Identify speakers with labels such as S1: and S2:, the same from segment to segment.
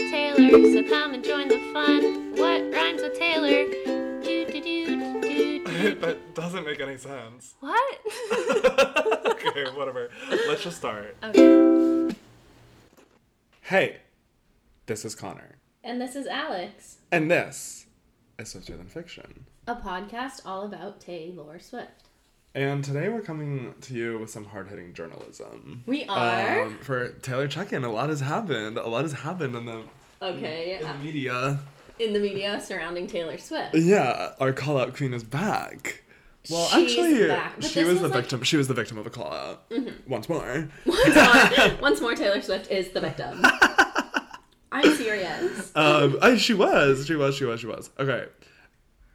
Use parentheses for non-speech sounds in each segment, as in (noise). S1: So come and join the fun. What rhymes with Taylor? Do do do do do.
S2: (laughs) that doesn't make any
S1: (laughs)
S2: sense.
S1: What?
S2: okay, whatever. Let's just start.
S1: okay.
S2: Hey, this is Connor,
S1: And this is Alex,
S2: and this is Swifter Than Fiction.
S1: a podcast all about Taylor Swift.
S2: And today we're coming to you with some hard hitting journalism.
S1: We are.
S2: Um, for Taylor Check In, a lot has happened. A lot has happened in the,
S1: okay.
S2: in the media.
S1: In the media surrounding Taylor
S2: (laughs)
S1: Swift.
S2: Yeah, our call out queen is back. Well,
S1: She's
S2: actually,
S1: back, but
S2: she
S1: this
S2: was
S1: was
S2: the
S1: like- Mm-hmm.
S2: victim. She was the victim of a call out once more.
S1: Once more, once more, Taylor Swift is the victim. I'm serious.
S2: Um, (laughs) I, she was, she was, she was, she was. Okay,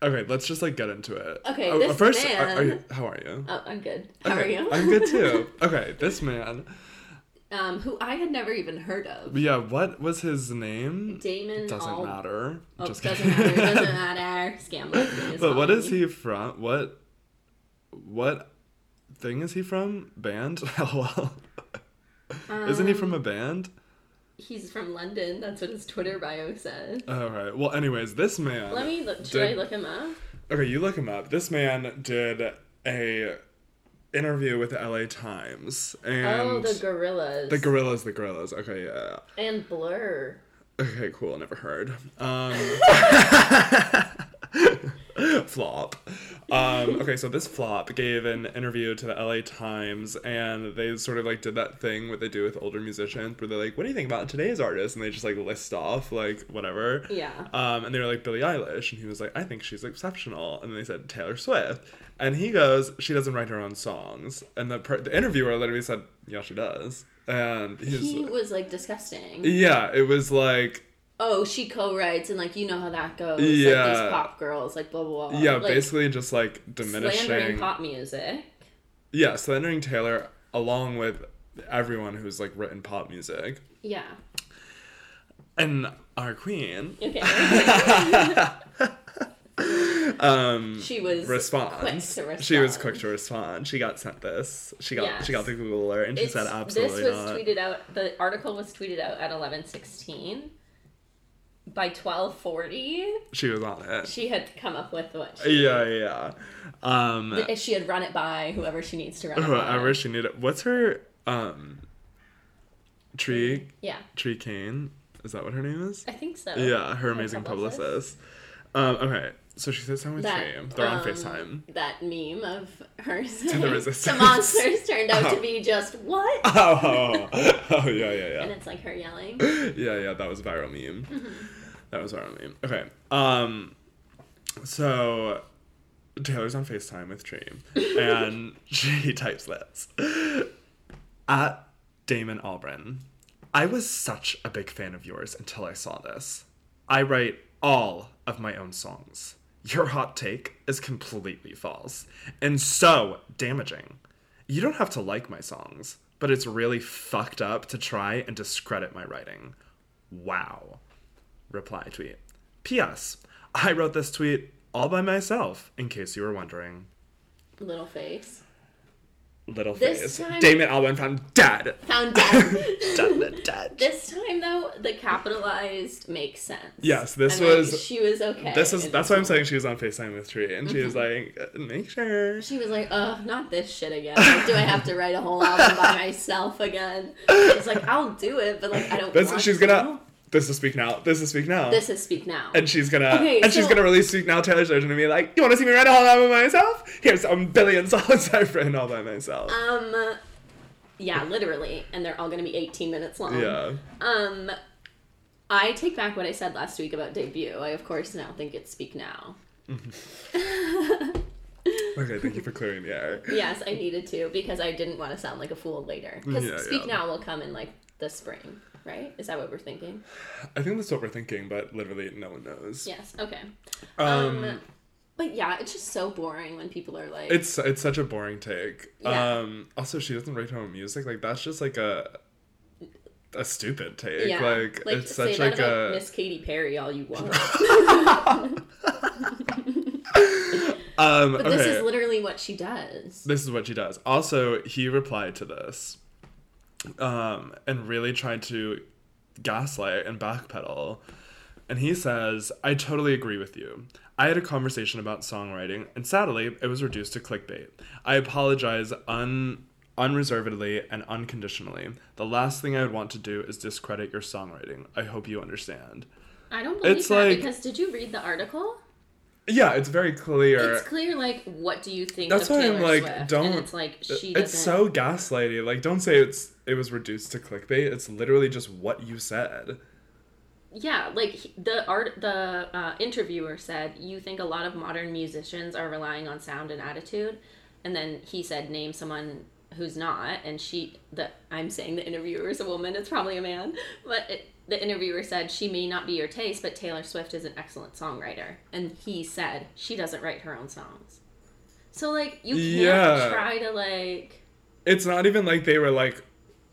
S2: okay. Let's just like get into it.
S1: Okay,
S2: Oh,
S1: this
S2: first,
S1: man-
S2: Are, are you, how are you?
S1: Oh, I'm good. How
S2: Okay,
S1: are you?
S2: I'm good too. Okay, this man.
S1: (laughs) um, who I had never even heard of.
S2: Yeah, what was his name?
S1: Damon
S2: Doesn't
S1: Al-
S2: matter.
S1: Oh,
S2: Just
S1: doesn't
S2: kidding.
S1: matter.
S2: (laughs)
S1: Doesn't matter. Scam likely
S2: but what
S1: on
S2: is
S1: me.
S2: he from? What, what, thing is he from? Band? (laughs) well, isn't he
S1: Um,
S2: from a band?
S1: He's from London. That's what his Twitter bio says.
S2: All right. Well, anyways, this man.
S1: Let me look. Should I
S2: did-
S1: look him up?
S2: Okay, you look him up. This man did a interview with the LA Times and
S1: oh, the gorillas.
S2: the gorillas, the gorillas. Okay, yeah.
S1: and Blur.
S2: yeah. Okay, cool. Never heard.
S1: (laughs)
S2: Um, flop. Um, okay, so this flop gave an interview to the LA Times, and they sort of like did that thing what they do with older musicians, where they're like, "What do you think about today's artist?" and they just like list off like whatever.
S1: Yeah.
S2: Um, and they were like Billie Eilish, and he was like, I think she's exceptional. And then they said Taylor Swift, and he goes, she doesn't write her own songs. And the per- the interviewer literally said, Yeah, she does. And he's
S1: He
S2: like-
S1: was like disgusting.
S2: yeah, it was like
S1: Oh, she co-writes and like you know how that goes. Like
S2: Yeah.
S1: these pop girls, like blah blah. blah.
S2: yeah,
S1: like,
S2: basically just like
S1: slandering
S2: diminishing,
S1: pop music.
S2: yeah, slandering Taylor along with everyone who's like written pop music.
S1: Yeah.
S2: And our queen
S1: Okay.
S2: (laughs) um,
S1: (laughs) she was
S2: responds.
S1: Quick to
S2: She was
S1: respond.
S2: quick to respond. She got sent this. She got
S1: Yes.
S2: she got the Google alert, and she
S1: It's-
S2: said absolutely
S1: this was
S2: not.
S1: tweeted out the article was tweeted out at 11:16 by 12:40
S2: She was on it.
S1: she had come up with what she,
S2: Yeah, yeah. Um,
S1: if she had run it by whoever she needs to run it
S2: (sighs) whoever
S1: by.
S2: she needed. What's her um tree
S1: yeah
S2: tree cane? Is that what her name is?
S1: I think so
S2: Yeah, her amazing publicist.
S1: publicist.
S2: Um, okay, so she says something with
S1: That,
S2: Tree. They're on
S1: um, (laughs)
S2: Facetime.
S1: that meme of
S2: (laughs)
S1: hers (laughs)
S2: the resistance.
S1: monsters turned out to
S2: (laughs)
S1: be just what
S2: Oh, oh, oh, (laughs) oh, yeah, yeah,
S1: and Mm-hmm. it's like her yelling
S2: yeah, yeah, yeah. That was a viral meme. That was a viral meme. Okay. Um, so Taylor's on Facetime with Tree,
S1: (laughs)
S2: and she types this. at Damon Albrin. I was such a big fan of yours until I saw this. I write all of my own songs. Your hot take is completely false and so damaging. You don't have to like my songs, but it's really fucked up to try and discredit my writing. Wow. Reply tweet. P.S. I wrote this tweet all by myself, in case you were wondering.
S1: little face
S2: Little
S1: This
S2: face.
S1: time-
S2: Damon Albarn found dead. (laughs)
S1: found dead
S2: Dead, dead.
S1: this time though the capitalized makes sense
S2: Yes, this
S1: And, like,
S2: was-
S1: she was okay
S2: This is
S1: in
S2: that's why I'm saying she was on Facetime with Tree, and she was like, "Uh, "Make sure."
S1: Mm-hmm. She was like, "Ugh, not this shit again. Like, do I have to write a whole album by myself again?" She's like, "I'll do it, but like, I don't."
S2: This
S1: want
S2: she's
S1: to.
S2: gonna. This is speak now. This is speak now.
S1: This is speak now.
S2: and she's gonna.
S1: Okay,
S2: and she's
S1: so-
S2: gonna release speak now Taylor's version and be like, "You want to see me write a whole album by myself? Here's a billion songs (laughs) I've written all by myself."
S1: um, yeah, literally, and they're all gonna be 18 minutes long.
S2: yeah.
S1: Um, I take back what I said last week about debut. I of course now think it's speak now.
S2: Okay. Thank you for clearing the air.
S1: Yes, I needed to because I didn't want to sound like a fool later. Because
S2: Yeah,
S1: speak
S2: yeah.
S1: now will come in like the spring, right? Is that what we're thinking?
S2: I think that's what we're thinking, but literally no one knows.
S1: Yes. Okay.
S2: Um,
S1: um but yeah, it's just so boring when people are like,
S2: it's it's such a boring take.
S1: Yeah.
S2: Um. Also, she doesn't write her own music. Like that's just like a. A stupid take. Like, it's
S1: say
S2: such
S1: that
S2: like a.
S1: about Miss Katy Perry all you
S2: (laughs)
S1: want.
S2: um.
S1: But
S2: okay.
S1: this is literally what she does.
S2: this is what she does. Also, he replied to this um, and really tried to gaslight and backpedal and he says, I totally agree with you. I had a conversation about songwriting, and sadly, it was reduced to clickbait. I apologize un- unreservedly and unconditionally. The last thing I would want to do is discredit your songwriting. I hope you understand.
S1: I don't believe
S2: It's
S1: that
S2: like-
S1: because did you read the article?
S2: Yeah, it's very clear.
S1: It's clear, like, what do you think
S2: Uh, That's
S1: of
S2: why I'm
S1: Taylor
S2: like,
S1: Swift?
S2: don't- Uh,
S1: And it's like she doesn't.
S2: it's so gaslighty. Like, don't say it's it was reduced to clickbait. It's literally just what you said.
S1: Yeah, like he- the art, the uh, interviewer said, you think a lot of modern musicians are relying on sound and attitude, and then he said, name someone who's not, and she, the I'm saying the interviewer is a woman, it's probably a man, but it, the interviewer said she may not be your taste, but Taylor Swift is an excellent songwriter, and he said she doesn't write her own songs, so like you can't
S2: Yeah.
S1: try to like.
S2: It's not even like they were like,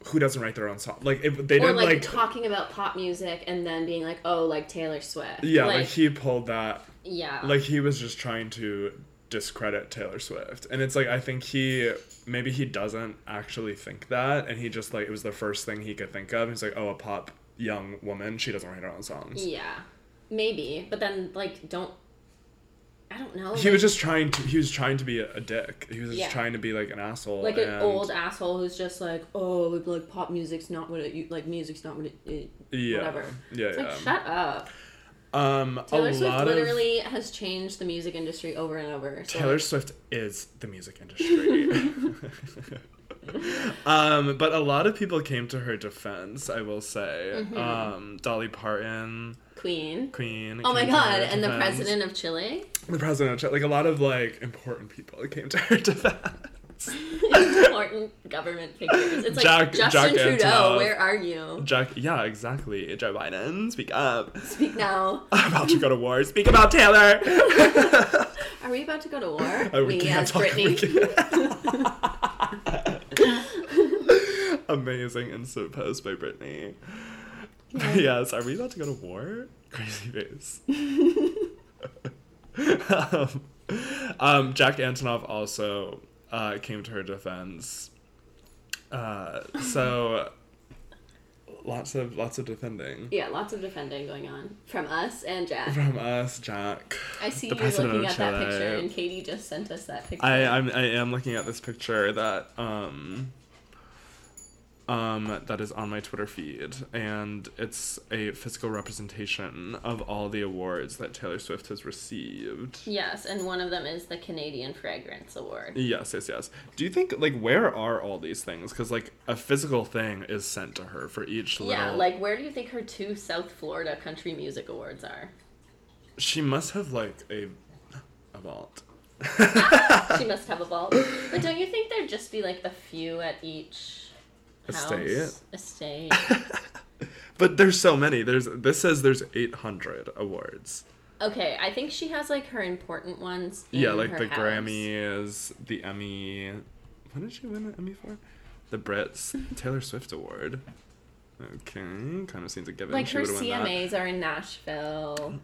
S2: who doesn't write their own song? Like, if they
S1: Or
S2: didn't
S1: like,
S2: like,
S1: talking about pop music and then being like, oh, like Taylor Swift.
S2: yeah,
S1: like,
S2: like he pulled that
S1: yeah,
S2: like he was just trying to discredit Taylor Swift. And it's like I think he maybe he doesn't actually think that and he just like it was the first thing he could think of. He's like, "Oh, a pop young woman, she doesn't write her own songs."
S1: Yeah, maybe. But then, like, don't. I don't know.
S2: He
S1: like,
S2: was just trying to he was trying to be a, a dick. He was just
S1: Yeah.
S2: trying to be like an asshole.
S1: like an
S2: and-
S1: old asshole who's just like, oh, like, like, pop music's not what it you like. Music's not what it. it
S2: yeah.
S1: whatever.
S2: Yeah,
S1: It's
S2: yeah.
S1: like shut up.
S2: um
S1: Taylor
S2: a
S1: Swift
S2: lot of
S1: literally has changed the music industry over and over. So
S2: Taylor
S1: like,
S2: Swift is the music
S1: (laughs)
S2: industry. (laughs) um, but a lot of people came to her defense, I will say.
S1: Mm-hmm.
S2: Um, Dolly Parton,
S1: Queen.
S2: Queen.
S1: Oh my
S2: came to her
S1: god! And the
S2: defense.
S1: president
S2: (laughs)
S1: of Chile.
S2: The president of Chile. Like a lot of like important people came to her (laughs) defense.
S1: Important government figures. It's like
S2: Jack-
S1: Justin
S2: Jack
S1: Trudeau.
S2: Antonoff.
S1: Where are you?
S2: Jack, yeah, exactly. Joe Biden, speak up. (laughs)
S1: Speak now.
S2: I'm about to go to war. Speak about Taylor.
S1: Are we about to go to
S2: (laughs)
S1: war?
S2: Oh, we can't
S1: as
S2: talk- we
S1: Britney.
S2: Amazing instant post by Brittany.
S1: Yeah.
S2: (laughs) Yes, are we about to go to war? Crazy face. (laughs) um, um, Jack Antonoff also uh, came to her defense. Uh, so lots of lots of defending
S1: Yeah, lots of defending going on from us and Jack.
S2: from us, Jack.
S1: I see
S2: The
S1: you
S2: president
S1: looking
S2: of
S1: at that
S2: Chile.
S1: picture, and Katie just sent us that picture.
S2: I uh, I'm, I am looking at this picture that um um that is on my Twitter feed, and it's a physical representation of all the awards that Taylor Swift has received.
S1: yes, and one of them is the Canadian Fragrance Award.
S2: Yes, yes, yes. Do you think like where are all these things? Because like a physical thing is sent to her for each little.
S1: Yeah, like where do you think her two South Florida Country Music Awards are?
S2: she must have like a a vault.
S1: She must have a vault. But don't you think there'd just be like a few at each house?
S2: Estate.
S1: Estate.
S2: But there's so many. There's this says there's 800 awards.
S1: Okay, I think she has like her important ones. In
S2: yeah, like
S1: her
S2: the
S1: house.
S2: Grammys, the Emmy. What did she win an Emmy for? The
S1: (laughs)
S2: Brits Taylor Swift Award. Okay, kind of seems a given.
S1: Like
S2: she
S1: her
S2: would've won that.
S1: CMAs are in Nashville.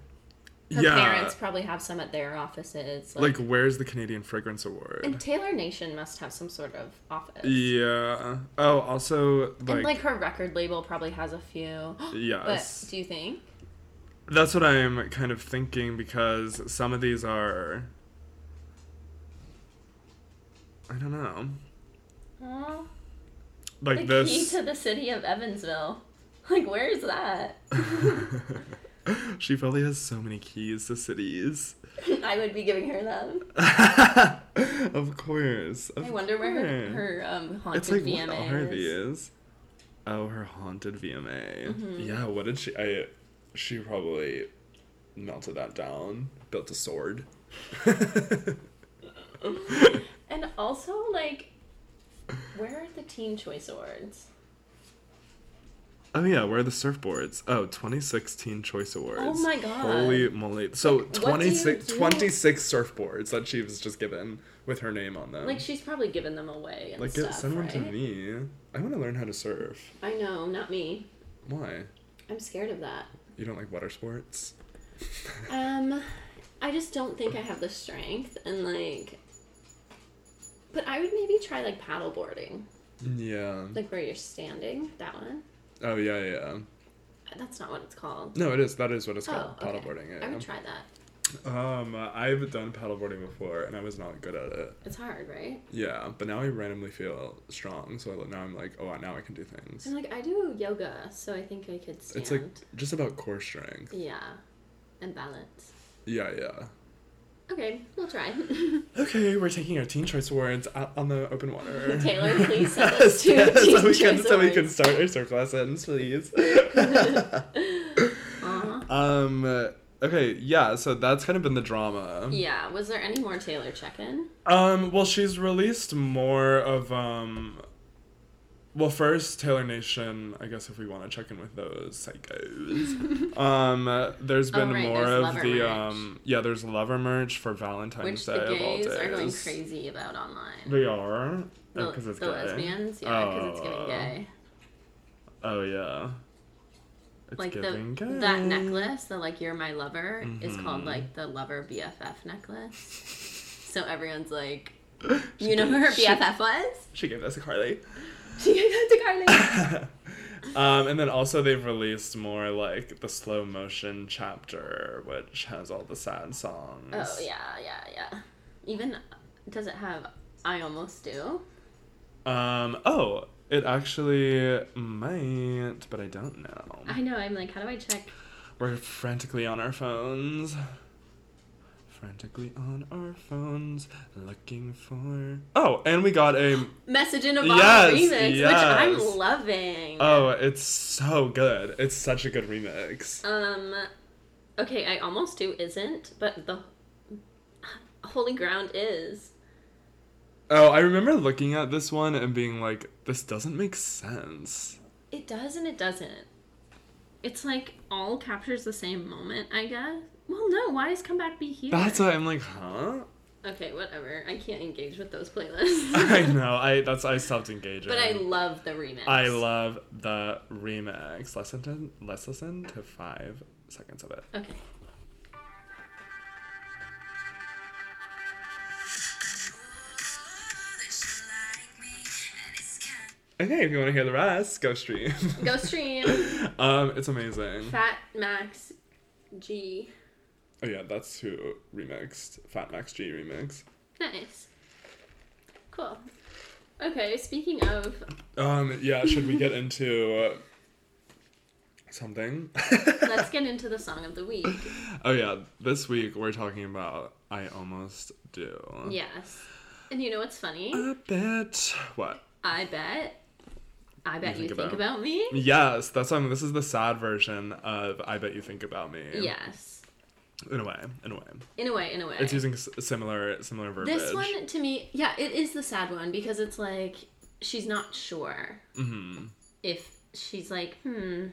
S1: Her
S2: yeah,
S1: parents probably have some at their offices.
S2: like where's the Canadian Fragrance Award?
S1: And Taylor Nation must have some sort of office.
S2: yeah. Oh, also
S1: and
S2: like,
S1: like her record label probably has a
S2: (gasps)
S1: few.
S2: yes,
S1: But do you think?
S2: that's what I'm kind of thinking because some of these are. I don't know.
S1: Aw,
S2: Like
S1: the
S2: this.
S1: key to the city of Evansville. (laughs) Like where is that? (laughs)
S2: she probably has so many keys to cities.
S1: I would be giving her them.
S2: (laughs) of course. Of
S1: I wonder where her,
S2: course.
S1: her um haunted
S2: It's like
S1: VMA
S2: what are
S1: is.
S2: these? Oh, her haunted VMA.
S1: Mm-hmm.
S2: Yeah, what did she? I she probably melted that down, built a sword. (laughs)
S1: And also like where are the Teen Choice Awards?
S2: Oh yeah, where are the surfboards? Oh, 2016 Choice Awards.
S1: Oh my God.
S2: Holy moly. So
S1: do you
S2: 26,
S1: do?
S2: 26 surfboards that she was just given with her name on them.
S1: Like she's probably given them away and
S2: like
S1: stuff,
S2: get send one
S1: right?
S2: to me. I want to learn how to surf.
S1: I know, not me.
S2: Why?
S1: I'm scared of that.
S2: You don't like water sports?
S1: Um, I just don't think I have the strength and like. But I would maybe try like paddleboarding,
S2: Yeah.
S1: like where you're standing. That one.
S2: Oh yeah, yeah.
S1: That's not what it's called.
S2: No, it is. That is what it's
S1: Oh,
S2: called.
S1: okay.
S2: Paddleboarding.
S1: I
S2: yeah.
S1: haven't tried that.
S2: Um, I've done paddleboarding before, and I was not good at it.
S1: It's hard, right?
S2: Yeah, but now I randomly feel strong, so now I'm like, oh, now I can do things.
S1: And like I do yoga, so I think I could stand.
S2: It's like just about core strength.
S1: yeah, and balance.
S2: Yeah, yeah.
S1: Okay,
S2: (laughs)
S1: we'll try.
S2: Okay, we're taking our Teen Choice Awards out on the open water.
S1: (laughs) Taylor, please send
S2: (laughs)
S1: us
S2: Yes,
S1: to
S2: yes,
S1: Teen
S2: so, we can,
S1: Choice
S2: so we can
S1: Awards.
S2: start our surf lessons,
S1: (laughs)
S2: please. (laughs)
S1: Uh-huh.
S2: um, okay, yeah, so that's kind of been the drama.
S1: Yeah. Was there any more Taylor check-in?
S2: Um, well, she's released more of um. Well, first Taylor Nation. I guess if we want to check in with those
S1: (laughs)
S2: psychos, um, there's
S1: Oh,
S2: been
S1: right,
S2: more
S1: there's
S2: of
S1: lover
S2: the
S1: merch.
S2: um, yeah, there's lover merch for Valentine's
S1: Which
S2: Day
S1: the gays
S2: of all days.
S1: are going crazy about online.
S2: They are
S1: The,
S2: because it's
S1: the
S2: gay.
S1: lesbians, yeah, because it's
S2: Oh.
S1: getting gay.
S2: Oh yeah, it's
S1: Like the
S2: giving gay.
S1: that necklace, the like "You're My Lover" is called
S2: Mhm.
S1: like the Lover BFF necklace.
S2: (laughs)
S1: So everyone's like, you know who her
S2: She-
S1: BFF was?
S2: (laughs)
S1: Oh,
S2: She gave us a Carly.
S1: She gave that to Carly.
S2: um, and then also they've released more like the slow motion chapter, which has all the sad songs.
S1: Oh yeah, yeah, yeah. Even does it have I almost do?
S2: Um. Oh, it actually might, but I don't know.
S1: I know, I'm like, how do I check?
S2: We're frantically on our phones. Frantically on our phones, looking for. Oh, and we got a.
S1: Message in a bottle
S2: Yes,
S1: remix, which
S2: yes.
S1: I'm loving.
S2: Oh, it's so good. It's such a good remix.
S1: Um okay, I almost do isn't, but the holy ground is.
S2: Oh, I remember looking at this one and being like, this doesn't make sense.
S1: It does and it doesn't. It's like all captures the same moment, I guess. Well, no, why is Come Back Be Here?
S2: That's why I'm like, huh? (laughs)
S1: Okay, whatever. I can't engage with those playlists.
S2: I know. I that's I stopped engaging.
S1: (laughs) But I love the remix.
S2: I love the remix. Let's listen, let's listen to five seconds of it.
S1: Okay.
S2: Okay, if you want to hear the rest, go stream. (laughs)
S1: Go stream.
S2: um, it's amazing.
S1: Fat Max G.
S2: Oh yeah, that's who remixed Fat Max G remix.
S1: Nice. Cool. Okay, speaking of
S2: Um, yeah. Should (laughs) we get into uh, (laughs) something?
S1: let's get into the song of the week.
S2: oh yeah, this week we're talking about I almost do.
S1: Yes. And you know what's funny?
S2: A bit. What?
S1: I bet. I bet you
S2: think
S1: think,
S2: about-
S1: about me.
S2: Yes, that's um. This is the sad version of "I Bet You Think About Me."
S1: Yes.
S2: in a way, in a way.
S1: In a way, in a way.
S2: It's using s- similar similar verbiage.
S1: this one to me, yeah, it is the sad one because it's like she's not sure
S2: Mhm.
S1: if she's like, hmm.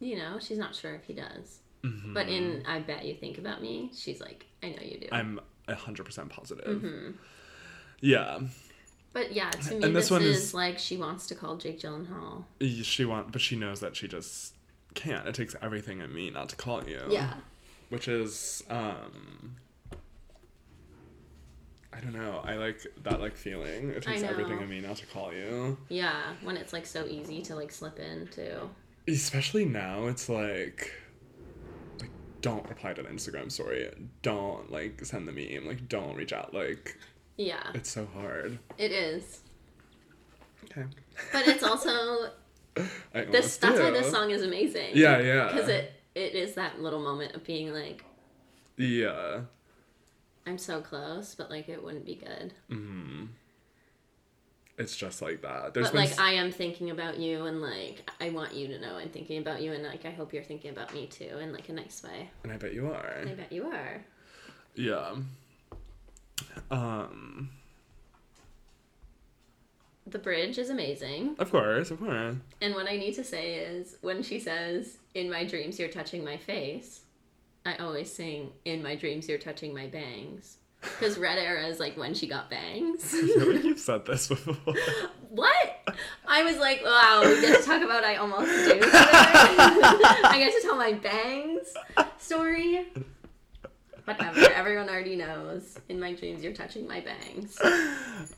S1: You know, she's not sure if he does.
S2: Mhm.
S1: But in I Bet You Think About Me, she's like, I know you do.
S2: I'm hundred percent positive.
S1: Mm-hmm.
S2: Yeah,
S1: But yeah, to me,
S2: And this
S1: this,
S2: one
S1: is,
S2: is-
S1: like she wants to call Jake Gyllenhaal.
S2: Y- she want, but she knows that she just can't. It takes everything in me not to call you.
S1: Yeah.
S2: which is um. I don't know. I like that like feeling. It
S1: I
S2: takes everything
S1: know.
S2: in me not to call you.
S1: Yeah, when it's like so easy to like slip into.
S2: especially now it's like like don't reply to the instagram story don't like send the meme like don't reach out like
S1: Yeah,
S2: it's so hard
S1: it is.
S2: okay
S1: But it's
S2: (laughs)
S1: also
S2: I
S1: this.
S2: almost
S1: That's why
S2: do.
S1: this song is amazing.
S2: yeah yeah
S1: Because it it is that little moment of being like,
S2: yeah
S1: I'm so close, but like it wouldn't be good.
S2: it's just like that There's
S1: but
S2: been
S1: like
S2: s-
S1: I am thinking about you, and like I want you to know I'm thinking about you, and like I hope you're thinking about me too, in like a nice way.
S2: and i bet you are
S1: I bet you are.
S2: yeah um
S1: The bridge is amazing.
S2: of course of course (laughs)
S1: And what I need to say is when she says, In my dreams, you're touching my face, I always sing, In my dreams, you're touching my bangs. Because red era is like when she got bangs. (laughs)
S2: I feel like you've said this before
S1: what? I was like, wow, we get to talk about I almost do. today. (laughs) I get to tell my bangs story. Whatever. Everyone already knows. In my dreams, you're touching my bangs.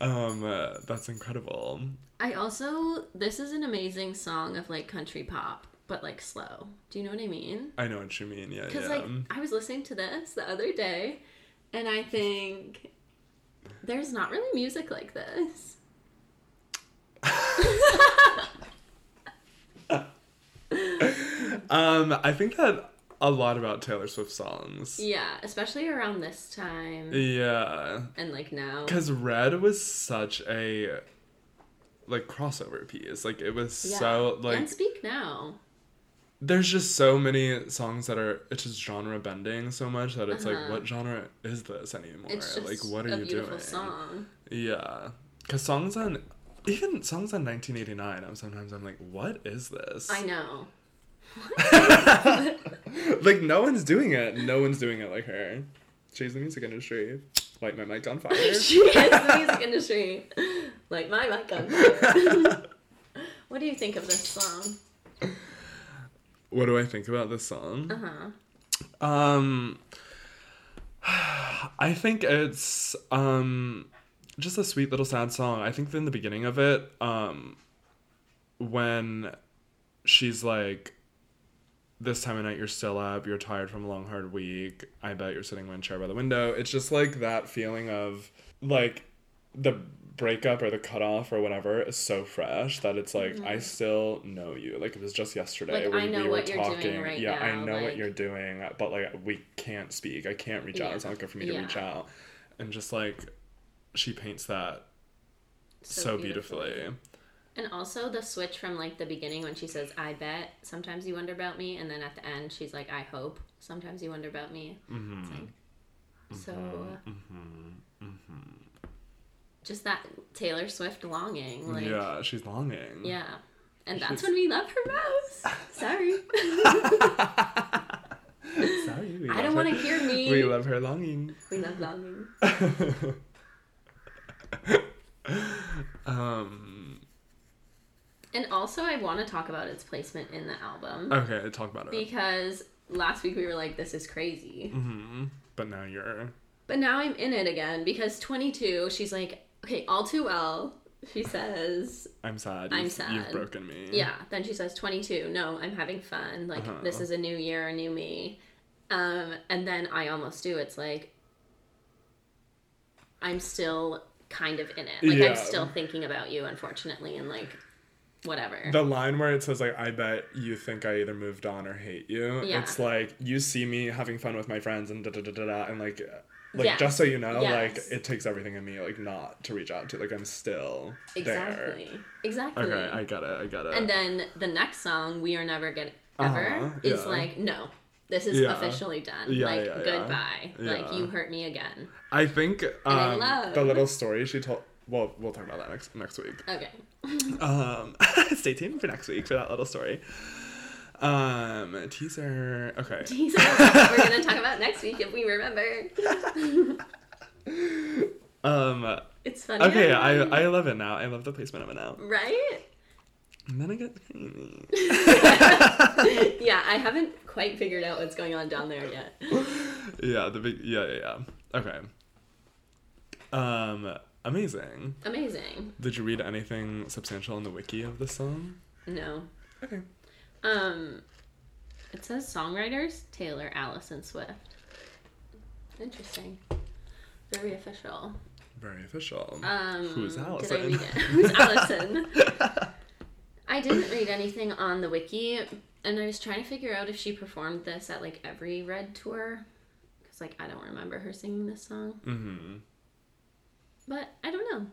S2: Um, uh, that's incredible.
S1: I also, this is an amazing song of like country pop, but like slow. Do you know what I mean?
S2: I know what you mean. Yeah, yeah.
S1: Because like I was listening to this the other day, and I think there's not really music like this.
S2: um, I think that a lot about Taylor Swift songs.
S1: Yeah, especially around this time
S2: Yeah,
S1: and like now.
S2: because Red was such a like crossover piece. Like it was
S1: Yeah.
S2: so like
S1: and speak now.
S2: there's just so many songs that are it's just genre bending so much that it's like
S1: Uh-huh.
S2: what genre is this anymore?
S1: It's just
S2: like what are
S1: a
S2: you
S1: beautiful
S2: doing?
S1: song.
S2: Yeah, because songs on even songs on 1989. I'm sometimes I'm like, what is this? (laughs)
S1: I know.
S2: like no one's doing it. No one's doing it like her. She's the music industry. Light my mic on fire.
S1: (laughs) she is the music industry. Like my mic on fire. (laughs) what do you think of this song?
S2: what do I think about this song?
S1: Uh huh.
S2: Um, (sighs) I think it's um just a sweet little sad song. I think in the beginning of it, um, when she's like. This time of night, you're still up. You're tired from a long, hard week. I bet you're sitting in a chair by the window. It's just like that feeling of like the breakup or the cutoff or whatever is so fresh that it's like I still know you. Like it was just yesterday.
S1: Mm-hmm. Like, I know what you're doing right
S2: yeah, I
S1: now,
S2: know what
S1: like-
S2: you're doing, but like we can't speak. I can't reach out.
S1: Yeah.
S2: It's not good for me to
S1: Yeah.
S2: reach out. And just like she paints that so, beautifully.
S1: And also the switch from like the beginning when she says, I bet, sometimes you wonder about me. And then at the end, she's like, I hope, sometimes you wonder about me. It's
S2: Mm-hmm.
S1: like, so.
S2: mm-hmm.
S1: Just that Taylor Swift longing. Like, yeah.
S2: yeah, she's longing.
S1: And that's when we love her
S2: (laughs)
S1: most.
S2: (laughs) Sorry,
S1: Sorry.
S2: we
S1: I
S2: love
S1: don't
S2: her-
S1: want to hear me.
S2: We love her longing. (laughs)
S1: we love longing.
S2: Um
S1: And also, I want to talk about its placement in the album
S2: okay, talk about it.
S1: because last week we were like, this is crazy.
S2: hmm But now you're
S1: But now I'm in it again because 22, she's like, okay, all too well. She says,
S2: I'm sad. you've,
S1: I'm
S2: You've
S1: sad.
S2: broken me.
S1: yeah. Then she says, 22, no, I'm having fun. Like,
S2: Uh-huh.
S1: this is a new year, a new me. Um, and then I almost do. It's like, I'm still kind of in it. Like,
S2: Yeah.
S1: I'm still thinking about you, unfortunately, and like, whatever.
S2: The line where it says like, "I bet you think I either moved on or hate you."
S1: Yeah.
S2: It's like you see me having fun with my friends and da da da da da, and like, like
S1: Yes.
S2: just so you know,
S1: Yes.
S2: like it takes everything in me like not to reach out to. Like I'm still
S1: exactly. Exactly.
S2: there. Okay, I got it. I got it.
S1: and then the next song, We Are Never Get Ever,
S2: Uh-huh,
S1: is
S2: yeah.
S1: like, no, this is
S2: Yeah.
S1: officially done.
S2: Yeah,
S1: like,
S2: yeah, yeah.
S1: goodbye. Like,
S2: Yeah.
S1: you hurt me again.
S2: I think
S1: I
S2: um,
S1: love-
S2: the little story she told. Well, we'll talk about that next next week.
S1: Okay. (laughs)
S2: Um, (laughs) stay tuned for next week for that little story. Um, teaser. Okay.
S1: These are what we're going to talk about next week if we remember.
S2: Um.
S1: It's funny.
S2: Okay. I I love it now. I love the placement of it now.
S1: Right?
S2: And then I get creamy.
S1: Yeah, I haven't quite figured out what's going on down there yet.
S2: Yeah, the big yeah, yeah, yeah. Okay. Um amazing.
S1: Amazing.
S2: Did you read anything substantial on the wiki of this song?
S1: No.
S2: Okay.
S1: Um, it says songwriters Taylor, Allison Swift. Interesting. Very official.
S2: Very official.
S1: Um,
S2: Who's
S1: Did I
S2: Allison?
S1: read it? (laughs) Who's Allison? I didn't read anything on the wiki, and I was trying to figure out if she performed this at like every Red tour, because like I don't remember her singing this song.
S2: (laughs) mm-hmm.
S1: But I don't know,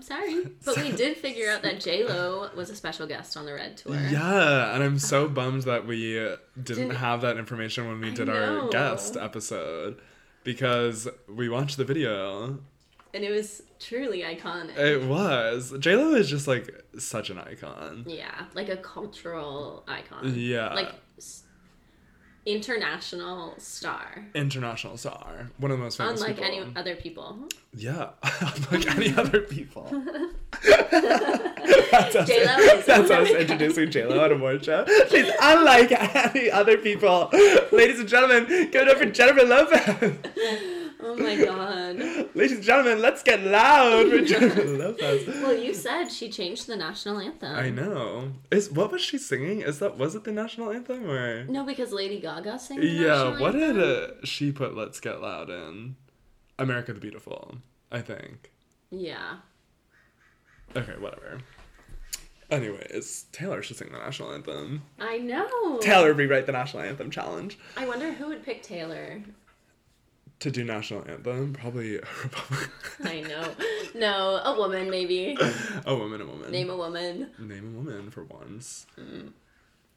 S2: (laughs)
S1: sorry. But we did figure out that J Lo was a special guest on the Red tour.
S2: Yeah, and I'm so bummed that we didn't,
S1: Didn't-
S2: have that information when we
S1: I
S2: did our
S1: know.
S2: guest episode because we watched the video.
S1: and it was truly iconic.
S2: It was JLo is just like such an icon.
S1: yeah, like a cultural icon.
S2: Yeah.
S1: like s- international star,
S2: International star, one of the most famous
S1: unlike
S2: people.
S1: any
S2: (laughs)
S1: other people. (laughs)
S2: Yeah, like any other people. That's That's us,
S1: J-Lo
S2: (laughs)
S1: is-
S2: that's us introducing JLo on a morning show. She's unlike any other people. Ladies and gentlemen, give it up for Jennifer
S1: (laughs)
S2: Lopez.
S1: Oh my god.
S2: Ladies and gentlemen, let's get loud
S1: (laughs)
S2: for Jennifer Lopez.
S1: Well, you said she changed the national anthem.
S2: I know. Is what was she singing? Is that was it the national anthem or?
S1: No, because Lady Gaga sang. The
S2: Yeah.
S1: national
S2: What
S1: anthem.
S2: did uh, she put? Let's get loud in. America the Beautiful, I think.
S1: Yeah.
S2: Okay, whatever. Anyways, Taylor should sing the national anthem.
S1: I know.
S2: Taylor rewrite the national anthem challenge.
S1: I wonder who would pick Taylor.
S2: To do national anthem, probably a Republican.
S1: I know. (laughs) No, a woman
S2: (coughs)
S1: maybe.
S2: (laughs) a woman, a woman.
S1: Name a woman.
S2: Name a woman for once.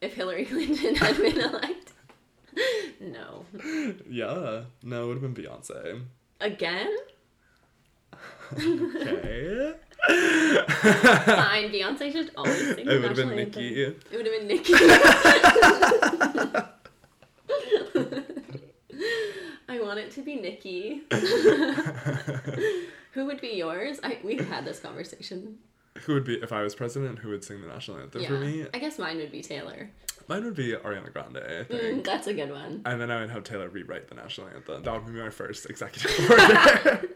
S1: If Hillary (laughs) Clinton had been elected. (laughs) No.
S2: Yeah. No, it would have been Beyonce.
S1: Again?
S2: Okay.
S1: Fine. Beyonce should always sing the
S2: it would have been
S1: national anthem.
S2: Nikki.
S1: It would have been Nikki. (laughs) I want it to
S2: (laughs)
S1: be Nikki. (laughs) Who would be yours? I we've had this conversation.
S2: Who would be if I was president? Who would sing the national anthem for me?
S1: I guess mine would be Taylor.
S2: Mine would be Ariana Grande, I think.
S1: Mm, (laughs) that's a good one.
S2: And then I would have Taylor rewrite the national anthem. That would be my first executive (laughs) order.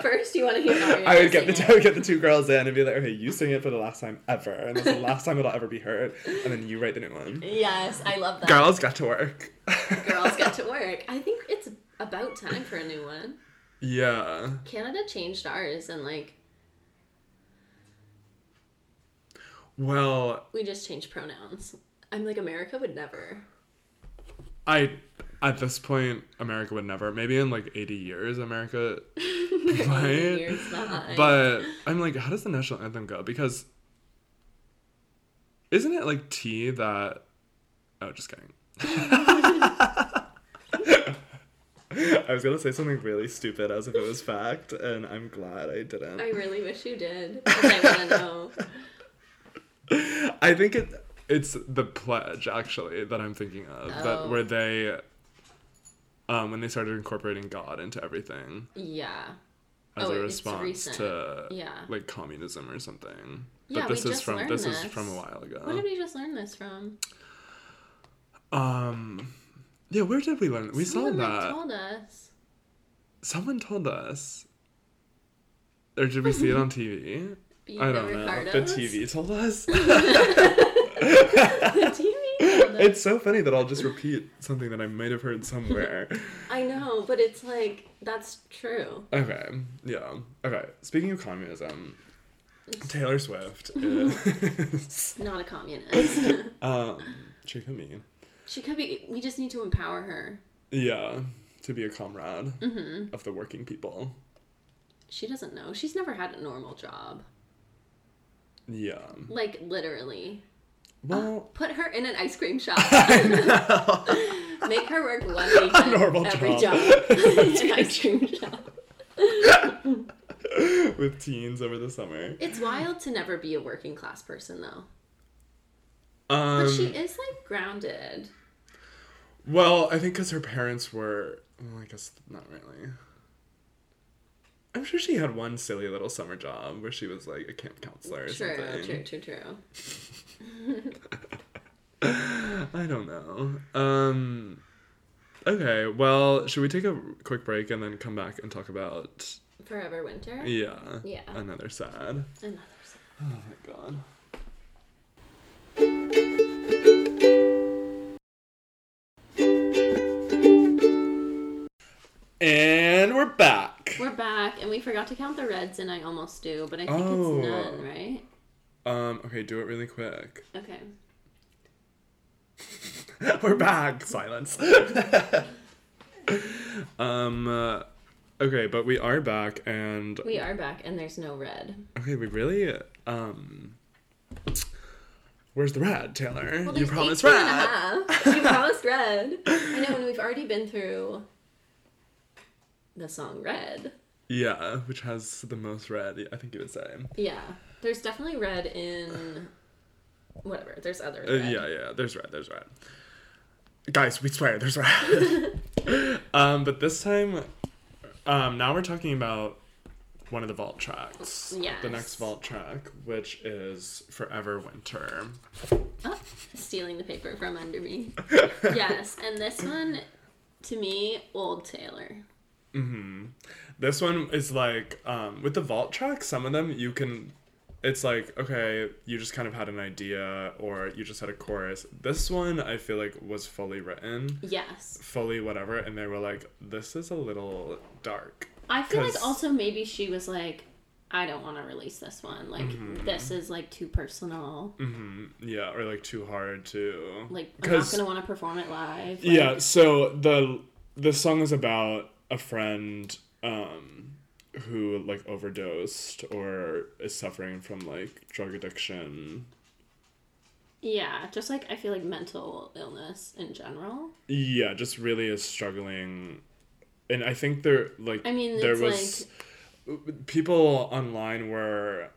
S1: First, you want to hear Ariana
S2: (laughs) I would get the
S1: sing
S2: I
S1: it.
S2: would get the two girls in and be like, okay, you sing it for the last time ever, and
S1: (laughs)
S2: this is the last time it'll ever be heard, and then you write the new one.
S1: Yes, I love that.
S2: Girls got to work.
S1: Girls get to work. I think it's about time for a new one.
S2: (laughs) Yeah.
S1: Canada changed ours, and like
S2: Well,
S1: we just changed pronouns. I'm like America would never. (laughs)
S2: I at this point America would never. Maybe in like 80 years America (laughs)
S1: Years
S2: might.
S1: behind.
S2: But I'm like, how does the national anthem go? Because isn't it like T that? Oh, just
S1: (laughs)
S2: kidding. I was gonna say something really stupid as if it was fact, and I'm glad I didn't.
S1: I really wish you did. 'cause I want to know. (laughs)
S2: I think it it's the pledge actually that I'm thinking of
S1: Oh.
S2: that where they um when they started incorporating God into everything
S1: Yeah.
S2: as
S1: Oh,
S2: a
S1: it's
S2: response
S1: recent.
S2: to
S1: Yeah.
S2: like communism or something.
S1: Yeah,
S2: but
S1: we
S2: this is
S1: just
S2: from
S1: learned
S2: this, is
S1: this.
S2: from a while ago.
S1: Where did we just learn this from?
S2: um yeah, where did we learn? We
S1: Someone,
S2: saw
S1: like,
S2: that.
S1: told us.
S2: Someone told us. Or did we see it on TV?
S1: Be
S2: I
S1: the
S2: don't know. The
S1: Ricardos.
S2: TV told us.
S1: (laughs) The TV
S2: (laughs)
S1: told us.
S2: it's so funny that I'll just repeat something that I might have heard
S1: (laughs)
S2: somewhere.
S1: I know, but it's like that's true.
S2: Okay. Yeah. Okay. Speaking of communism, Taylor
S1: (laughs)
S2: Swift is (laughs)
S1: Not a communist. (laughs)
S2: um she could be.
S1: she could be. We just need to empower her.
S2: Yeah. To be a comrade
S1: Mm-hmm.
S2: of the working people.
S1: She doesn't know. She's never had a normal job.
S2: Yeah.
S1: Like literally,
S2: Well
S1: put her in an ice cream shop. (laughs) Make her work one weekend
S2: Ah. (laughs) normal
S1: every
S2: job.
S1: job. an (laughs) ice cream shop.
S2: with teens over the summer.
S1: It's wild to never be a working class person though. But
S2: Um
S1: she is like grounded.
S2: well, I think cuz her parents were well, I guess not really. I'm sure she had one silly little summer job where she was like a camp counselor or
S1: True,
S2: something.
S1: true, true, true.
S2: I don't know. Um Okay, well, should we take a quick break and then come back and talk about
S1: Forever winter.
S2: yeah,
S1: Yeah.
S2: another sad.
S1: Another
S2: Oh my god. And we're back.
S1: We're back, and we forgot to count the reds, and I almost do, but I think
S2: Oh.
S1: it's none, right?
S2: Um okay, do it really (laughs) quick.
S1: Okay.
S2: We're back. Silence. (laughs) um uh, okay, but we are back and
S1: We are back, and there's no red.
S2: Okay, we really um Where's the rat, Taylor?
S1: Well,
S2: you
S1: there's
S2: promised
S1: 18 and a
S2: rat.
S1: half. (laughs) You promised red. I know, and we've already been through the song Red.
S2: Yeah, which has the most red, I think you would say.
S1: Yeah. There's definitely red in whatever. There's other
S2: Uh,
S1: red.
S2: yeah, yeah, there's red, there's red. Guys, we swear there's (laughs) red. um, but this time um now we're talking about one of the vault tracks. The next
S1: Yes.
S2: vault track, which is Forever Winter.
S1: Oh, stealing the paper from under
S2: (laughs)
S1: me. yes, and this one, to me, Old Taylor.
S2: This one is like um, with the vault track. Some of them you can, it's like okay, you just kind of had an idea or you just had a chorus. This one I feel like was fully written,
S1: Yes.
S2: fully whatever, and they were like, this is a little dark.
S1: I feel
S2: 'Cause-
S1: like also maybe she was like, I don't want to release this one. Like,
S2: Mm-hmm.
S1: this is like too personal.
S2: hmm Yeah, or like too hard to
S1: Like, I'm not
S2: 'Cause-
S1: going to want to perform it live. Like,
S2: yeah so the the song is about a friend um who like overdosed or is suffering from like drug addiction
S1: Yeah, just like I feel like mental illness in general.
S2: yeah just really is struggling and i think there like
S1: I mean,
S2: there
S1: it's
S2: was people online were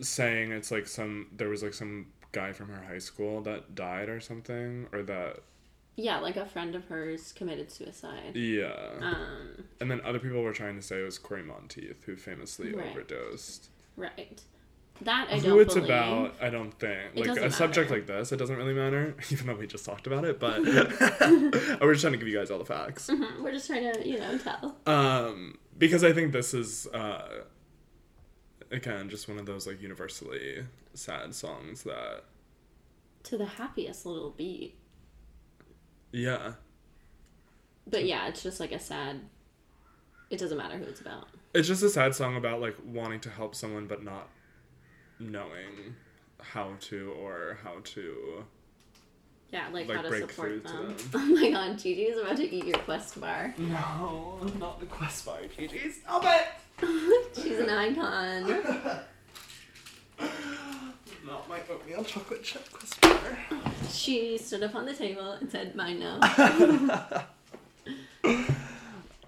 S2: saying it's like some there was like some guy from her high school that died or something or that
S1: Yeah, like a friend of hers committed suicide.
S2: yeah
S1: Um,
S2: And then other people were trying to say it was Corey Monteith, who famously
S1: Right.
S2: overdosed.
S1: right. That I don't
S2: who it's
S1: believe.
S2: about, I don't think.
S1: It
S2: Like a
S1: doesn't
S2: subject
S1: matter.
S2: like this, it doesn't really matter, (laughs) even though we just talked about it.
S1: (laughs)
S2: But (laughs) I was just trying to give you guys all the facts,
S1: Mhm, (laughs) We're just trying to, you know, tell.
S2: um, because I think this is uh, again just one of those like universally sad songs that
S1: To the happiest little beat.
S2: yeah
S1: But yeah, it's just like a sad. It doesn't matter who it's about.
S2: it's just a sad song about like wanting to help someone but not knowing how to or how to
S1: Yeah, like,
S2: Like,
S1: how to
S2: break through
S1: support
S2: to them.
S1: them. (laughs) Oh my god, Gigi is about to eat your quest bar. (laughs)
S2: No, not the quest bar, Gigi. Stop it!
S1: She's an icon.
S2: Not my oatmeal chocolate chip quest bar.
S1: She stood up on the table and said, "Mine now."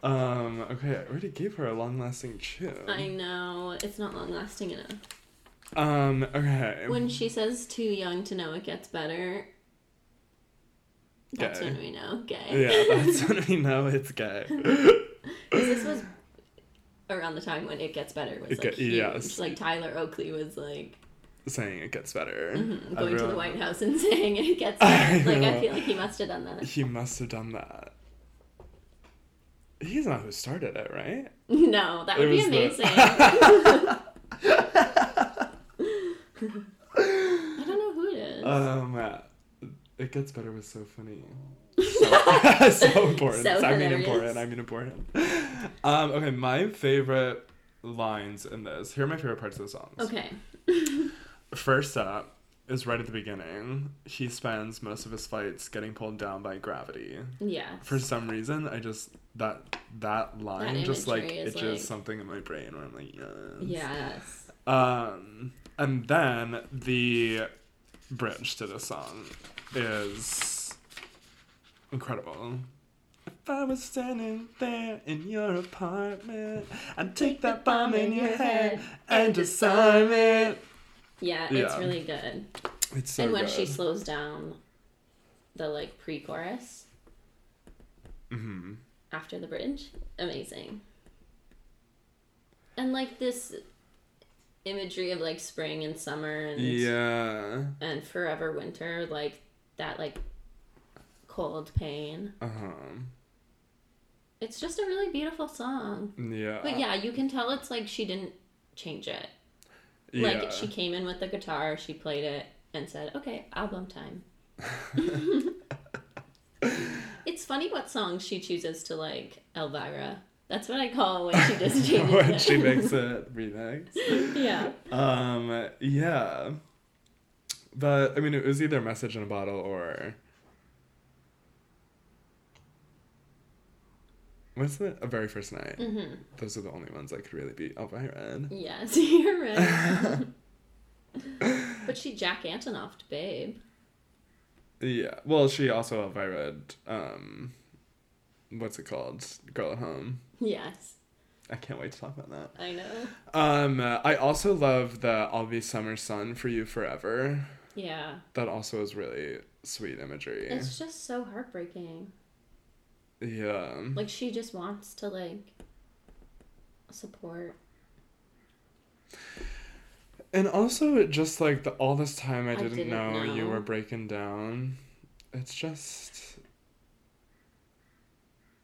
S2: Um, okay, I already gave her a long lasting chew.
S1: I know it's not long lasting enough.
S2: Um, okay.
S1: When she says too young to know it gets better, that's
S2: Gay.
S1: when we know gay.
S2: yeah, that's when we know it's gay. (laughs)
S1: 'Cause this was around the time when it gets better was
S2: It
S1: like
S2: Get-
S1: huge.
S2: yes.
S1: Like Tyler Oakley was like
S2: Saying it gets better.
S1: Mm-hmm, going to the
S2: Everyone- (laughs)
S1: White House and saying it gets
S2: I
S1: better. like I
S2: know.
S1: feel like he must have done
S2: (laughs)
S1: that.
S2: He must have done that. He's not who started it, right?
S1: No, that would
S2: It
S1: be
S2: was the- (laughs)
S1: amazing. (laughs) I don't know who it is.
S2: Um, it gets better was so
S1: (laughs)
S2: funny. So, (laughs) so important.
S1: So
S2: I mean
S1: hilarious.
S2: important. I mean important. Um, okay, my favorite lines in this. Here are my favorite parts of the songs.
S1: okay.
S2: First up is right at the beginning. He spends most of his fights getting pulled down by gravity.
S1: Yeah.
S2: For some reason, I just that that line just like
S1: imagery is,
S2: itches
S1: like-
S2: something in my brain where I'm like, yes.
S1: Yes.
S2: Um, and then the bridge to the song is incredible. If I was standing there in your apartment, I'd take that bomb in your head and disarm it.
S1: Yeah, it's
S2: Yeah.
S1: really good.
S2: It's so
S1: and when
S2: good.
S1: she slows down the like pre-chorus
S2: hmm
S1: after the bridge amazing and like this imagery of like spring and summer and
S2: Yeah.
S1: and forever winter like that like cold pain
S2: Uh huh.
S1: it's just a really beautiful song
S2: Yeah.
S1: but yeah you can tell it's like she didn't change it
S2: Yeah.
S1: like
S2: (laughs)
S1: she came in with the guitar she played it and said okay
S2: (laughs)
S1: album time it's funny what songs she chooses to like elvira that's what i call when she
S2: (laughs)
S1: just changes
S2: when
S1: it.
S2: she makes it remix.
S1: (laughs) yeah
S2: Um, yeah. But I mean, it was either message in a bottle or. What's the a very first night?
S1: hmm
S2: Those are the only ones I could really be Elvira. in.
S1: (laughs) yes you're right
S2: (laughs)
S1: but she jack antonoff babe
S2: Yeah. Well, she also Elvira. Um, what's it called? Girl at Home.
S1: yes
S2: I can't wait to talk about that.
S1: i know
S2: Um, uh, I also love the "I'll Be Summer Sun for You Forever."
S1: yeah
S2: That also is really sweet imagery.
S1: it's just so heartbreaking
S2: yeah.
S1: like she just wants to like support.
S2: And also, it just like the, all this time I didn't,
S1: didn't
S2: know, you
S1: know.
S2: were breaking down. It's just.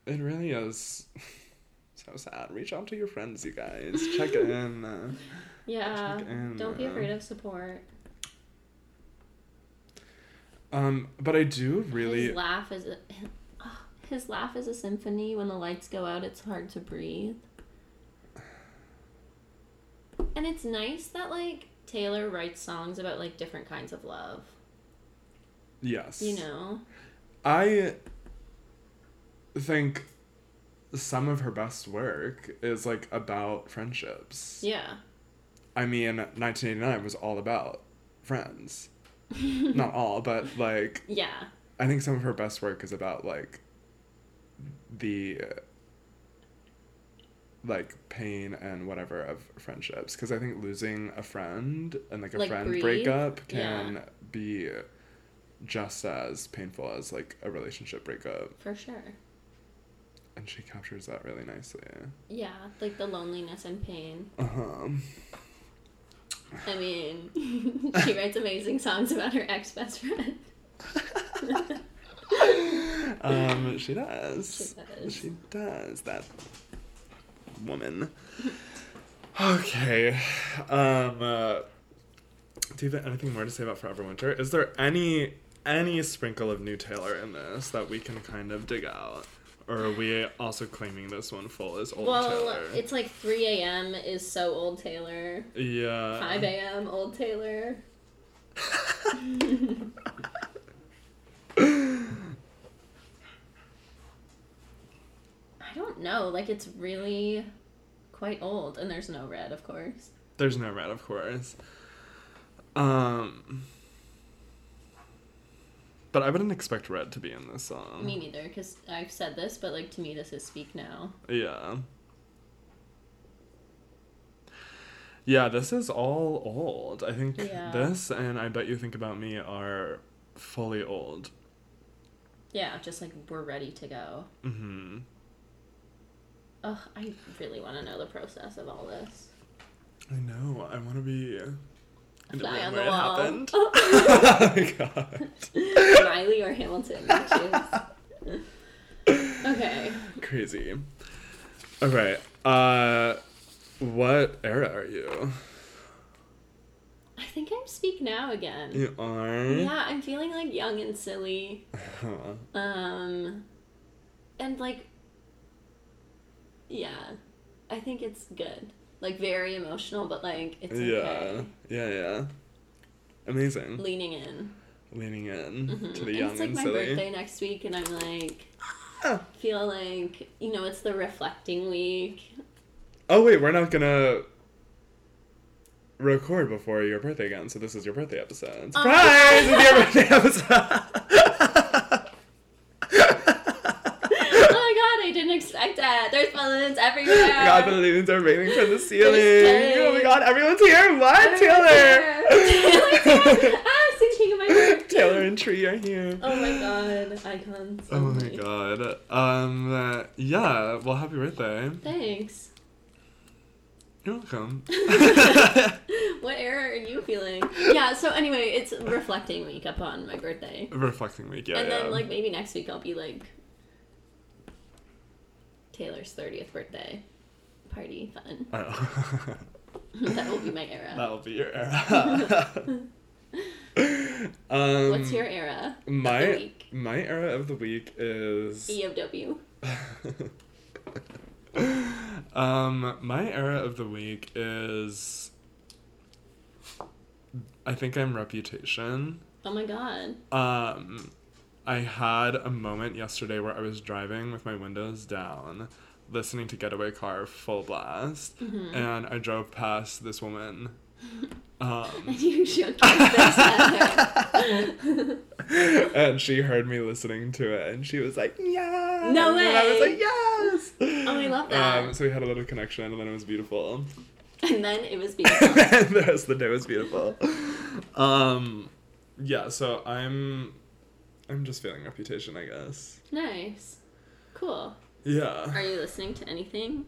S2: It really is (laughs) so sad. Reach out to your friends, you guys.
S1: (laughs)
S2: Check in. uh,
S1: Yeah.
S2: check in,
S1: Don't be
S2: uh,
S1: afraid of support.
S2: Um, but I do really.
S1: His laugh is a, (sighs) his laugh is a symphony. When the lights go out, it's hard to breathe. And it's nice that like Taylor writes songs about like different kinds of love.
S2: Yes.
S1: You know.
S2: I think some of her best work is like about friendships.
S1: Yeah.
S2: I mean, 1989 was all about
S1: (laughs)
S2: friends. Not all, but like
S1: Yeah.
S2: I think some of her best work is about like the uh, like pain and whatever of friendships because I think losing a friend and like a
S1: Like,
S2: friend
S1: breathe.
S2: breakup can be just as painful as like a relationship breakup
S1: For sure.
S2: and she captures that really nicely.
S1: Yeah, like the loneliness and pain.
S2: Uh-huh.
S1: I mean,
S2: (laughs)
S1: she writes amazing songs about her ex best friend.
S2: Um (laughs) she does.
S1: She does.
S2: She does that woman. Okay. Um uh, do you have anything more to say about Forever Winter? Is there any any sprinkle of new Taylor in this that we can kind of dig out? Or are we also claiming this one full as old
S1: well,
S2: Taylor?
S1: it's like 3 a.m. is so old Taylor.
S2: yeah.
S1: 5 a.m. old Taylor. I don't know. Like, it's really quite old. And there's no red, of course.
S2: There's no red, of course. Um But I wouldn't expect red to be in this song.
S1: Me neither, because I've said this, but like, to me, this is Speak Now.
S2: Yeah. Yeah, this is all old. I think
S1: Yeah.
S2: this and I Bet You Think About Me are fully old.
S1: Yeah, just like, we're ready to go.
S2: hmm
S1: Ugh, I really want to know the process of all this.
S2: I know. I want to be in the
S1: Fly
S2: room
S1: on
S2: where
S1: the
S2: it
S1: wall.
S2: happened.
S1: (laughs)
S2: (laughs) oh my god.
S1: Miley or Hamilton?
S2: (laughs)
S1: bitches. okay.
S2: Crazy. Okay. Uh, what era are you?
S1: I think I'm Speak Now again.
S2: You are.
S1: Yeah, I'm feeling like young and silly.
S2: Huh.
S1: Um and like yeah. I think it's good. Like very emotional, but like it's okay.
S2: Yeah. Yeah. Yeah. Amazing.
S1: Leaning in.
S2: Leaning in
S1: Mhm.
S2: to the
S1: And
S2: young
S1: it's like
S2: and
S1: my
S2: silly.
S1: birthday next week and I'm like
S2: Ah.
S1: feel like you know, it's the reflecting week.
S2: Oh wait, we're not gonna record before your birthday again, so this is your birthday episode.
S1: Oh.
S2: Surprise! It's
S1: (laughs)
S2: your birthday episode.
S1: oh my god, I didn't expect that. There's balloons
S2: (laughs)
S1: everywhere.
S2: God, the balloons are raining from the ceiling.
S1: They're
S2: Oh my
S1: staying.
S2: God, everyone's here. What,
S1: Everyone's here. (laughs) Taylor's
S2: Taylor?
S1: here. I was thinking of my birthday.
S2: (laughs) Taylor and Tree are here.
S1: Oh my god, icons.
S2: Oh my
S1: only.
S2: God. Um. uh, yeah. Well, happy birthday.
S1: Thanks. (laughs)
S2: You're welcome.
S1: What error are you
S2: (laughs)
S1: feeling? Yeah, so anyway, it's reflecting week upon my birthday.
S2: Reflecting week. Yeah.
S1: and
S2: yeah.
S1: then, like, maybe next week I'll be like Taylor's 30th birthday party fun. (laughs)
S2: (laughs) Oh.
S1: that will be my era.
S2: That'll be your
S1: (laughs)
S2: era. um,
S1: What's your era?
S2: my
S1: of the week?
S2: my era of the week is
S1: E EOW.
S2: (laughs) um my era of the week is I think I'm reputation.
S1: Oh my god. (laughs)
S2: Um I had a moment yesterday where I was driving with my windows down, listening to Getaway Car full blast,
S1: Mm-hmm.
S2: and I drove past this
S1: (laughs)
S2: woman. Um,
S1: And you (laughs) shook your fist at her.
S2: and she heard me listening to it and she was like, Yeah.
S1: No
S2: And I was
S1: way.
S2: like, Yes. Oh,
S1: I love that.
S2: Um, so we had a little connection and then it was beautiful.
S1: (laughs)
S2: (laughs)
S1: and then it was
S2: and
S1: beautiful.
S2: the rest of the day was beautiful. Um, yeah, so I'm I'm just feeling reputation, I guess.
S1: nice. Cool.
S2: Yeah.
S1: Are you listening to anything?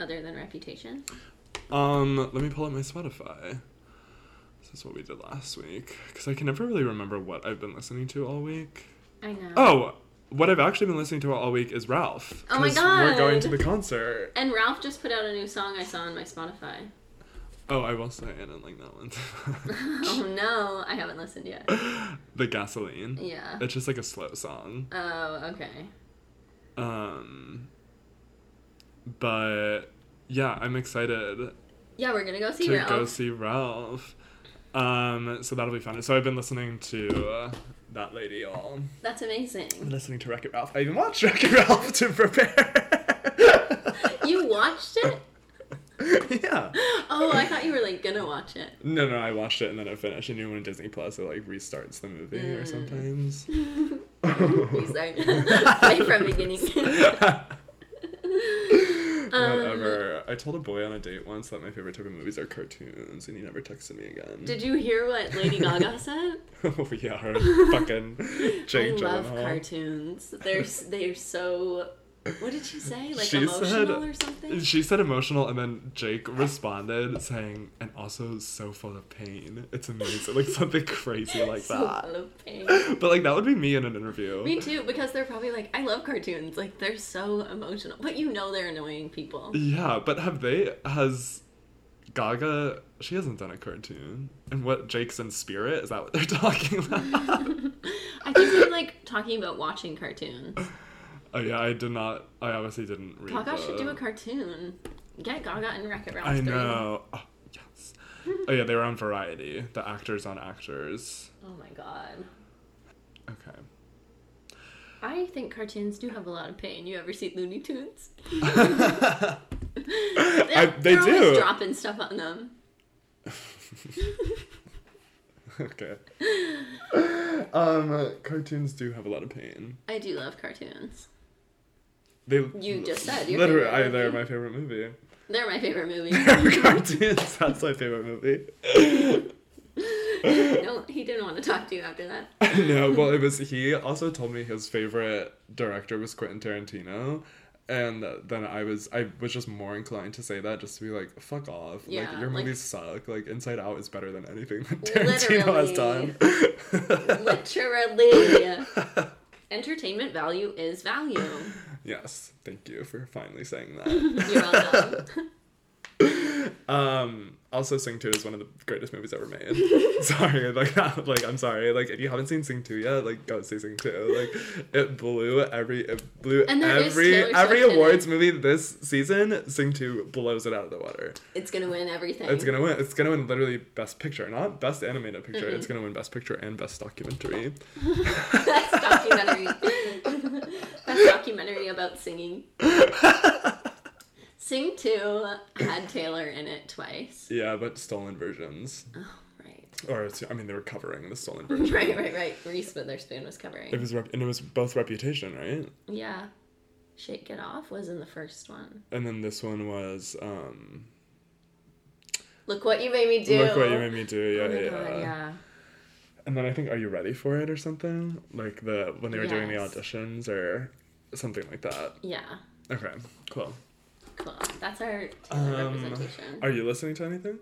S1: other than Reputation?
S2: Um, let me pull up my Spotify. This is what we did last week because I can never really remember what I've been listening to all week.
S1: I know.
S2: Oh, what I've actually been listening to all week is Ralph.
S1: Oh my
S2: 'cause We're
S1: God.
S2: going to the concert.
S1: And Ralph just put out a new song I saw on my Spotify. (laughs)
S2: Oh, I will say I didn't like that one. (laughs)
S1: Oh no, I haven't listened yet.
S2: the gasoline.
S1: Yeah.
S2: It's just like a slow song.
S1: Oh, okay.
S2: Um, but yeah, I'm excited
S1: Yeah, we're gonna go see
S2: to
S1: Ralph.
S2: go see Ralph. Um, so that'll be fun. So I've been listening to uh, that lady all.
S1: That's
S2: I've been
S1: amazing.
S2: listening to Wreck It Ralph. I even watched Wreck It Ralph to prepare. (laughs)
S1: You watched it?
S2: yeah.
S1: Oh, I thought you were like gonna watch it.
S2: No, no, I watched it and then it finished. And you know when Disney Plus it like restarts the movie or sometimes.
S1: Mm. (laughs)
S2: (laughs)
S1: He's like (laughs) um, play from beginning. (laughs)
S2: Whatever. I told a boy on a date once that my favorite type of movies are cartoons, and he never texted me again.
S1: Did you hear what Lady Gaga said?
S2: (laughs) oh yeah,
S1: (laughs)
S2: her fucking
S1: I
S2: Jake
S1: love
S2: Gyllenhaal.
S1: cartoons. They're s- they're so. What did she say? Like
S2: She
S1: emotional
S2: said-
S1: or something?
S2: She said emotional, and then Jake responded saying, "And also so full of pain. It's amazing, like something crazy like
S1: (laughs) So
S2: that."
S1: full of pain.
S2: (laughs) But like that would be me in an interview.
S1: Me too, because they're probably like, I love cartoons. Like they're so emotional, but you know they're annoying people.
S2: Yeah, but have they? Has Gaga? She hasn't done a cartoon. And what Jake's in Spirit? Is that what they're (laughs) talking about?
S1: (laughs) I think they're like talking about watching cartoons.
S2: oh yeah, I did not. I obviously didn't read.
S1: Gaga
S2: the-
S1: should do a cartoon. Get Gaga and Wreck It Ralph.
S2: I
S1: three.
S2: know. Oh, yes. oh yeah, they were on Variety. The actors on actors.
S1: Oh my god.
S2: Okay.
S1: I think cartoons do have a lot of pain. You ever see Looney Tunes? They're,
S2: (laughs) I- they
S1: they're always
S2: do.
S1: dropping stuff on them. (laughs)
S2: okay. um, cartoons do have a lot of pain.
S1: I do love cartoons.
S2: They.
S1: You just said your
S2: literally.
S1: favorite
S2: I, they're
S1: movie.
S2: my favorite movie.
S1: They're my
S2: (laughs)
S1: favorite movie.
S2: cartoons. That's my favorite movie.
S1: no, he didn't want to talk to you after
S2: (laughs)
S1: that.
S2: no, well, it was he also told me his favorite director was Quentin Tarantino. And then I was I was just more inclined to say that just to be like fuck off like
S1: Yeah,
S2: your
S1: like-
S2: movies suck like Inside Out is better than anything that (laughs) Tarantino has done. (laughs)
S1: Literally. Entertainment value is value.
S2: yes, thank you for finally saying that.
S1: You're welcome.
S2: um, also, Sing Two is one of the greatest movies ever made.
S1: (laughs)
S2: sorry, like (laughs) like I'm sorry like if you haven't seen Sing Two yet, like go see Sing Two. Like it blew every it blew
S1: And there is
S2: every
S1: Taylor Swift
S2: every
S1: in it.
S2: awards movie this season. Sing Two blows it out of the water.
S1: It's gonna win everything.
S2: It's
S1: (laughs)
S2: gonna win. It's gonna win literally best picture, not best animated picture. It's
S1: Mm-hmm.
S2: gonna win best picture and best documentary.
S1: Best documentary. (laughs) Best documentary
S2: (laughs)
S1: about singing. Sing 2 had Taylor in it twice.
S2: Yeah, but stolen versions,
S1: Oh, right. (laughs)
S2: or it's, I mean, they were covering the stolen version.
S1: Right, right, right. Reese Witherspoon was
S2: It
S1: covering.
S2: was rep- and it was both Reputation, right?
S1: Yeah. Shake It Off was in the first one.
S2: And then this one was um,
S1: Look What You Made Me Do.
S2: Look what you made me do. Yeah,
S1: Oh my
S2: yeah.
S1: god, yeah.
S2: And then I think Are You Ready for It or something like the when they were doing the
S1: Yes.
S2: auditions or something like that.
S1: Yeah.
S2: Okay, cool.
S1: Cool. That's our Taylor
S2: Um,
S1: representation.
S2: are you listening to anything?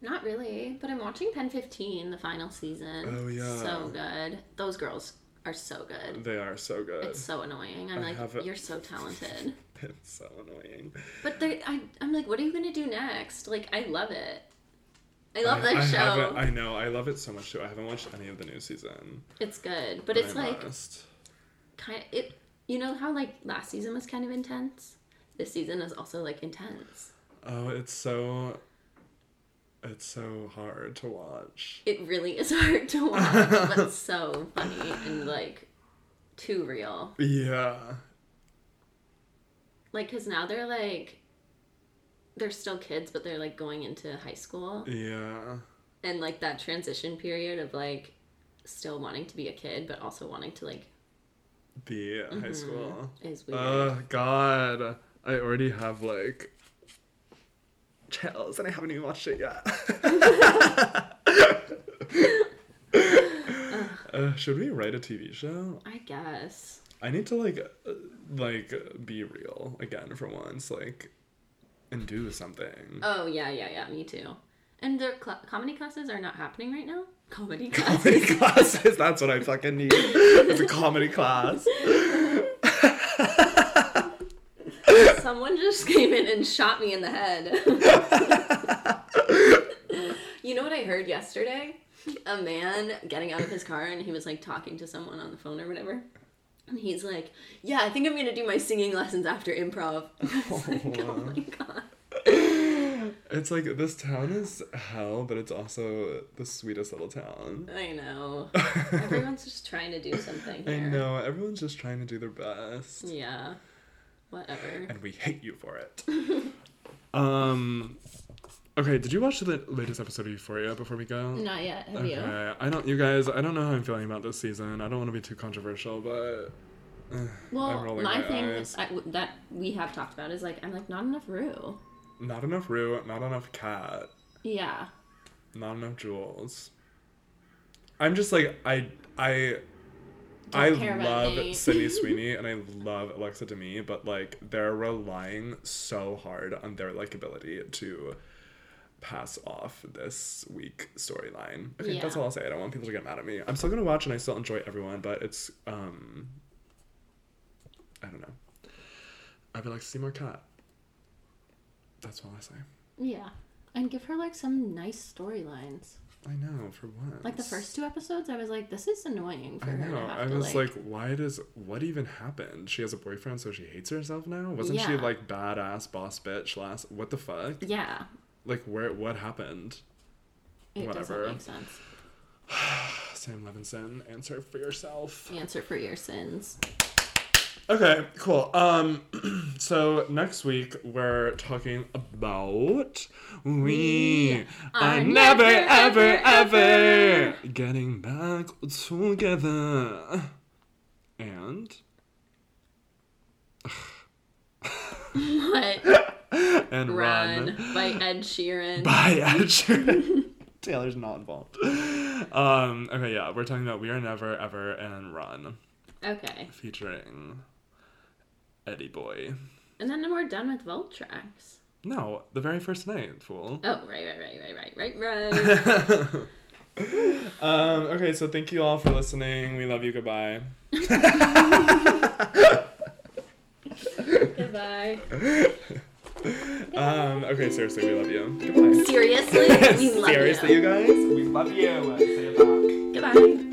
S1: Not really, but I'm watching 1015, the final season.
S2: Oh, yeah.
S1: So good. Those girls are so good.
S2: They are so good.
S1: It's so annoying. I'm
S2: I
S1: like,
S2: have a-
S1: you're so talented.
S2: (laughs) it's so annoying.
S1: But they, I, I'm like, what are you gonna do next? Like, I love it. I love that
S2: I haven't-
S1: show.
S2: I know. I love it so much too. I haven't watched any of the new season.
S1: It's good, but it's
S2: I'm
S1: like
S2: honest.
S1: kind of it. You know how like last season was kind of intense. This season is also like intense.
S2: oh, it's so. It's so hard to watch.
S1: It really is (laughs) hard to watch, but so funny and like too real.
S2: Yeah.
S1: Like, cause now they're like. They're still kids, but they're like going into high school.
S2: Yeah.
S1: and like that transition period of like still wanting to be a kid but also wanting to like
S2: Be at
S1: Mm-hmm.
S2: high school.
S1: is weird.
S2: Oh God, I already have like chills, and I haven't even watched it yet. Uh, should we write a TV show?
S1: I guess.
S2: I need to like uh, like be real again for once. Like and do something.
S1: Oh yeah, yeah, yeah. Me too. And their cl- comedy classes are not happening right now. Comedy
S2: (laughs) Comedy
S1: classes.
S2: classes. That's what I fucking need. It's a comedy class.
S1: (laughs) Someone just came in and shot me in the head. you know what I heard yesterday? A man getting out of his car and he was like talking to someone on the phone or whatever. And he's like, Yeah, I think I'm gonna do my singing lessons after improv. (laughs) I was like, oh my god.
S2: It's like this town is hell, but it's also the sweetest little town. (laughs)
S1: I know. Everyone's just trying to do something
S2: I
S1: here.
S2: know, everyone's just trying to do their best.
S1: Yeah. Whatever.
S2: And we hate you for
S1: (laughs)
S2: it. um Okay, did you watch the latest episode of Euphoria before we go?
S1: Not yet. Have
S2: Okay.
S1: you?
S2: I don't you guys, I don't know how I'm feeling about this season. I don't want to be too controversial, but I'm
S1: Well,
S2: rolling
S1: my
S2: my
S1: thing
S2: eyes.
S1: I, that we have talked about is like I'm like not enough Rue.
S2: not enough Rue, not enough Cat,
S1: Yeah.
S2: not enough Jules. I'm just like I I
S1: Don't
S2: I
S1: care about
S2: love
S1: Nate.
S2: Sydney
S1: (laughs)
S2: Sweeney and I love Alexa Demi, but like they're relying so hard on their likability to pass off this weak storyline. Okay, that's
S1: Yeah.
S2: all I'll say. I don't want people to get mad at me. I'm still gonna watch and I still enjoy everyone, but it's um I don't know. I would like to see more cat. That's all I say.
S1: Yeah. And give her like some nice storylines.
S2: I know, for once.
S1: Like the first two episodes, I was like, this is annoying for
S2: I
S1: her.
S2: know.
S1: To have
S2: I
S1: to,
S2: was
S1: like,
S2: like, why does what even happened? She has a boyfriend, so she hates herself now. Wasn't she
S1: Yeah.
S2: like badass boss bitch last? What the fuck?
S1: yeah,
S2: Like where? What happened?
S1: it
S2: Whatever.
S1: doesn't make sense.
S2: Sam Levinson, answer for yourself.
S1: Answer for your sins. (laughs)
S2: Okay, cool. Um, (clears throat) so next week we're talking about we are never, ever, ever getting back together, and.
S1: What?
S2: and run,
S1: Run by Ed Sheeran.
S2: by (laughs) Ed Sheeran. Taylor's not involved. Um, okay, yeah, we're talking about We Are Never, Ever, and Run
S1: Okay.
S2: featuring Eddie Boy.
S1: And then we're done with Volt Tracks.
S2: No, the very first night, fool.
S1: Oh, right, right, right, right, right, right, right.
S2: (laughs) Um, okay, so thank you all for listening. We love you. Goodbye.
S1: Goodbye.
S2: Um, okay, seriously, (laughs) we love you. Goodbye.
S1: Seriously? We love
S2: seriously,
S1: you.
S2: you guys? We love you. Say it back.
S1: Goodbye.